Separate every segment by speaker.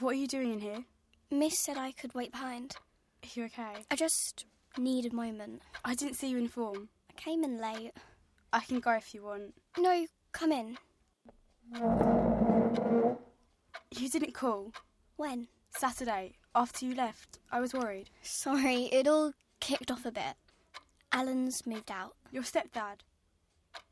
Speaker 1: What are you doing in here?
Speaker 2: Miss said I could wait behind.
Speaker 1: Are you okay?
Speaker 2: I just need a moment.
Speaker 1: I didn't see you in form.
Speaker 2: I came in late.
Speaker 1: I can go if you want.
Speaker 2: No, come in.
Speaker 1: You didn't call.
Speaker 2: When?
Speaker 1: Saturday, after you left, I was worried.
Speaker 2: Sorry, it all kicked off a bit. Alan's moved out.
Speaker 1: Your stepdad.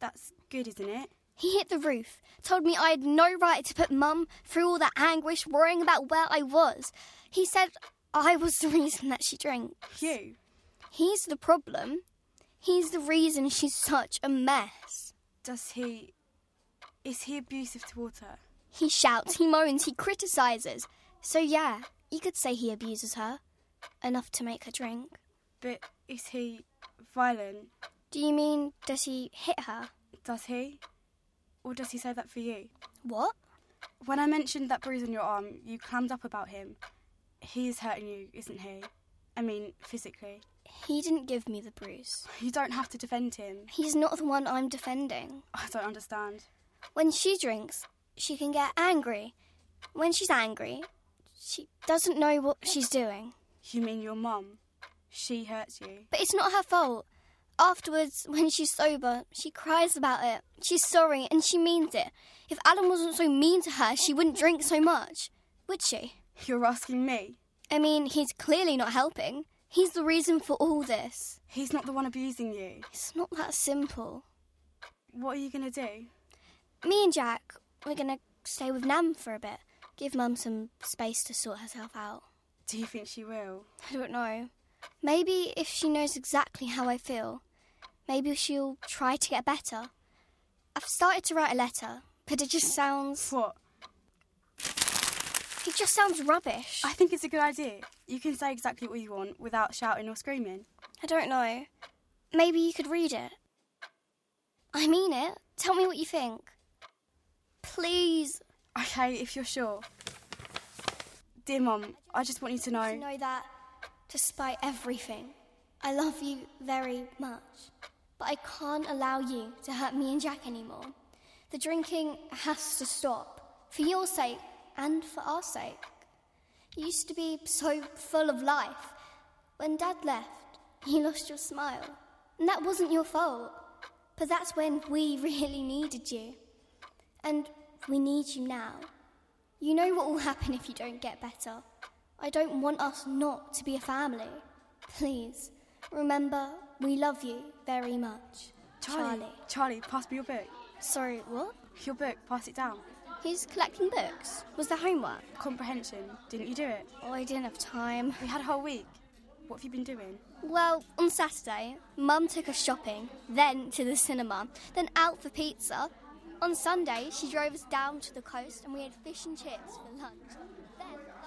Speaker 1: That's good, isn't it?
Speaker 2: He hit the roof, told me I had no right to put Mum through all that anguish worrying about where I was. He said I was the reason that she drank.
Speaker 1: You.
Speaker 2: He's the problem. He's the reason she's such a mess.
Speaker 1: Does he. Is he abusive towards her?
Speaker 2: He shouts, he moans, he criticizes. So, yeah, you could say he abuses her. Enough to make her drink.
Speaker 1: But is he violent?
Speaker 2: Do you mean, does he hit her?
Speaker 1: Does he? Or does he say that for you?
Speaker 2: What?
Speaker 1: When I mentioned that bruise on your arm, you clammed up about him. He is hurting you, isn't he? I mean, physically.
Speaker 2: He didn't give me the bruise.
Speaker 1: You don't have to defend him.
Speaker 2: He's not the one I'm defending.
Speaker 1: I don't understand.
Speaker 2: When she drinks, she can get angry. When she's angry, she doesn't know what she's doing.
Speaker 1: You mean your mum? She hurts you.
Speaker 2: But it's not her fault. Afterwards, when she's sober, she cries about it. She's sorry and she means it. If Alan wasn't so mean to her, she wouldn't drink so much, would she?
Speaker 1: You're asking me?
Speaker 2: I mean, he's clearly not helping. He's the reason for all this.
Speaker 1: He's not the one abusing you.
Speaker 2: It's not that simple.
Speaker 1: What are you going to do?
Speaker 2: Me and Jack, we're gonna stay with Nam for a bit. Give Mum some space to sort herself out.
Speaker 1: Do you think she will?
Speaker 2: I don't know. Maybe if she knows exactly how I feel, maybe she'll try to get better. I've started to write a letter, but it just sounds.
Speaker 1: What?
Speaker 2: It just sounds rubbish.
Speaker 1: I think it's a good idea. You can say exactly what you want without shouting or screaming.
Speaker 2: I don't know. Maybe you could read it. I mean it. Tell me what you think. Please.
Speaker 1: Okay, if you're sure. Dear Mum, I just want you to
Speaker 2: to
Speaker 1: know
Speaker 2: know that despite everything, I love you very much. But I can't allow you to hurt me and Jack anymore. The drinking has to stop for your sake and for our sake. You used to be so full of life. When Dad left, you lost your smile. And that wasn't your fault. But that's when we really needed you. And we need you now. You know what will happen if you don't get better. I don't want us not to be a family. Please, remember, we love you very much.
Speaker 1: Charlie. Charlie, pass me your book.
Speaker 2: Sorry, what?
Speaker 1: Your book, pass it down.
Speaker 2: Who's collecting books? Was there homework?
Speaker 1: Comprehension. Didn't you do it?
Speaker 2: Oh, I didn't have time.
Speaker 1: We had a whole week. What have you been doing?
Speaker 2: Well, on Saturday, Mum took us shopping, then to the cinema, then out for pizza. On Sunday, she drove us down to the coast and we had fish and chips for lunch. Then.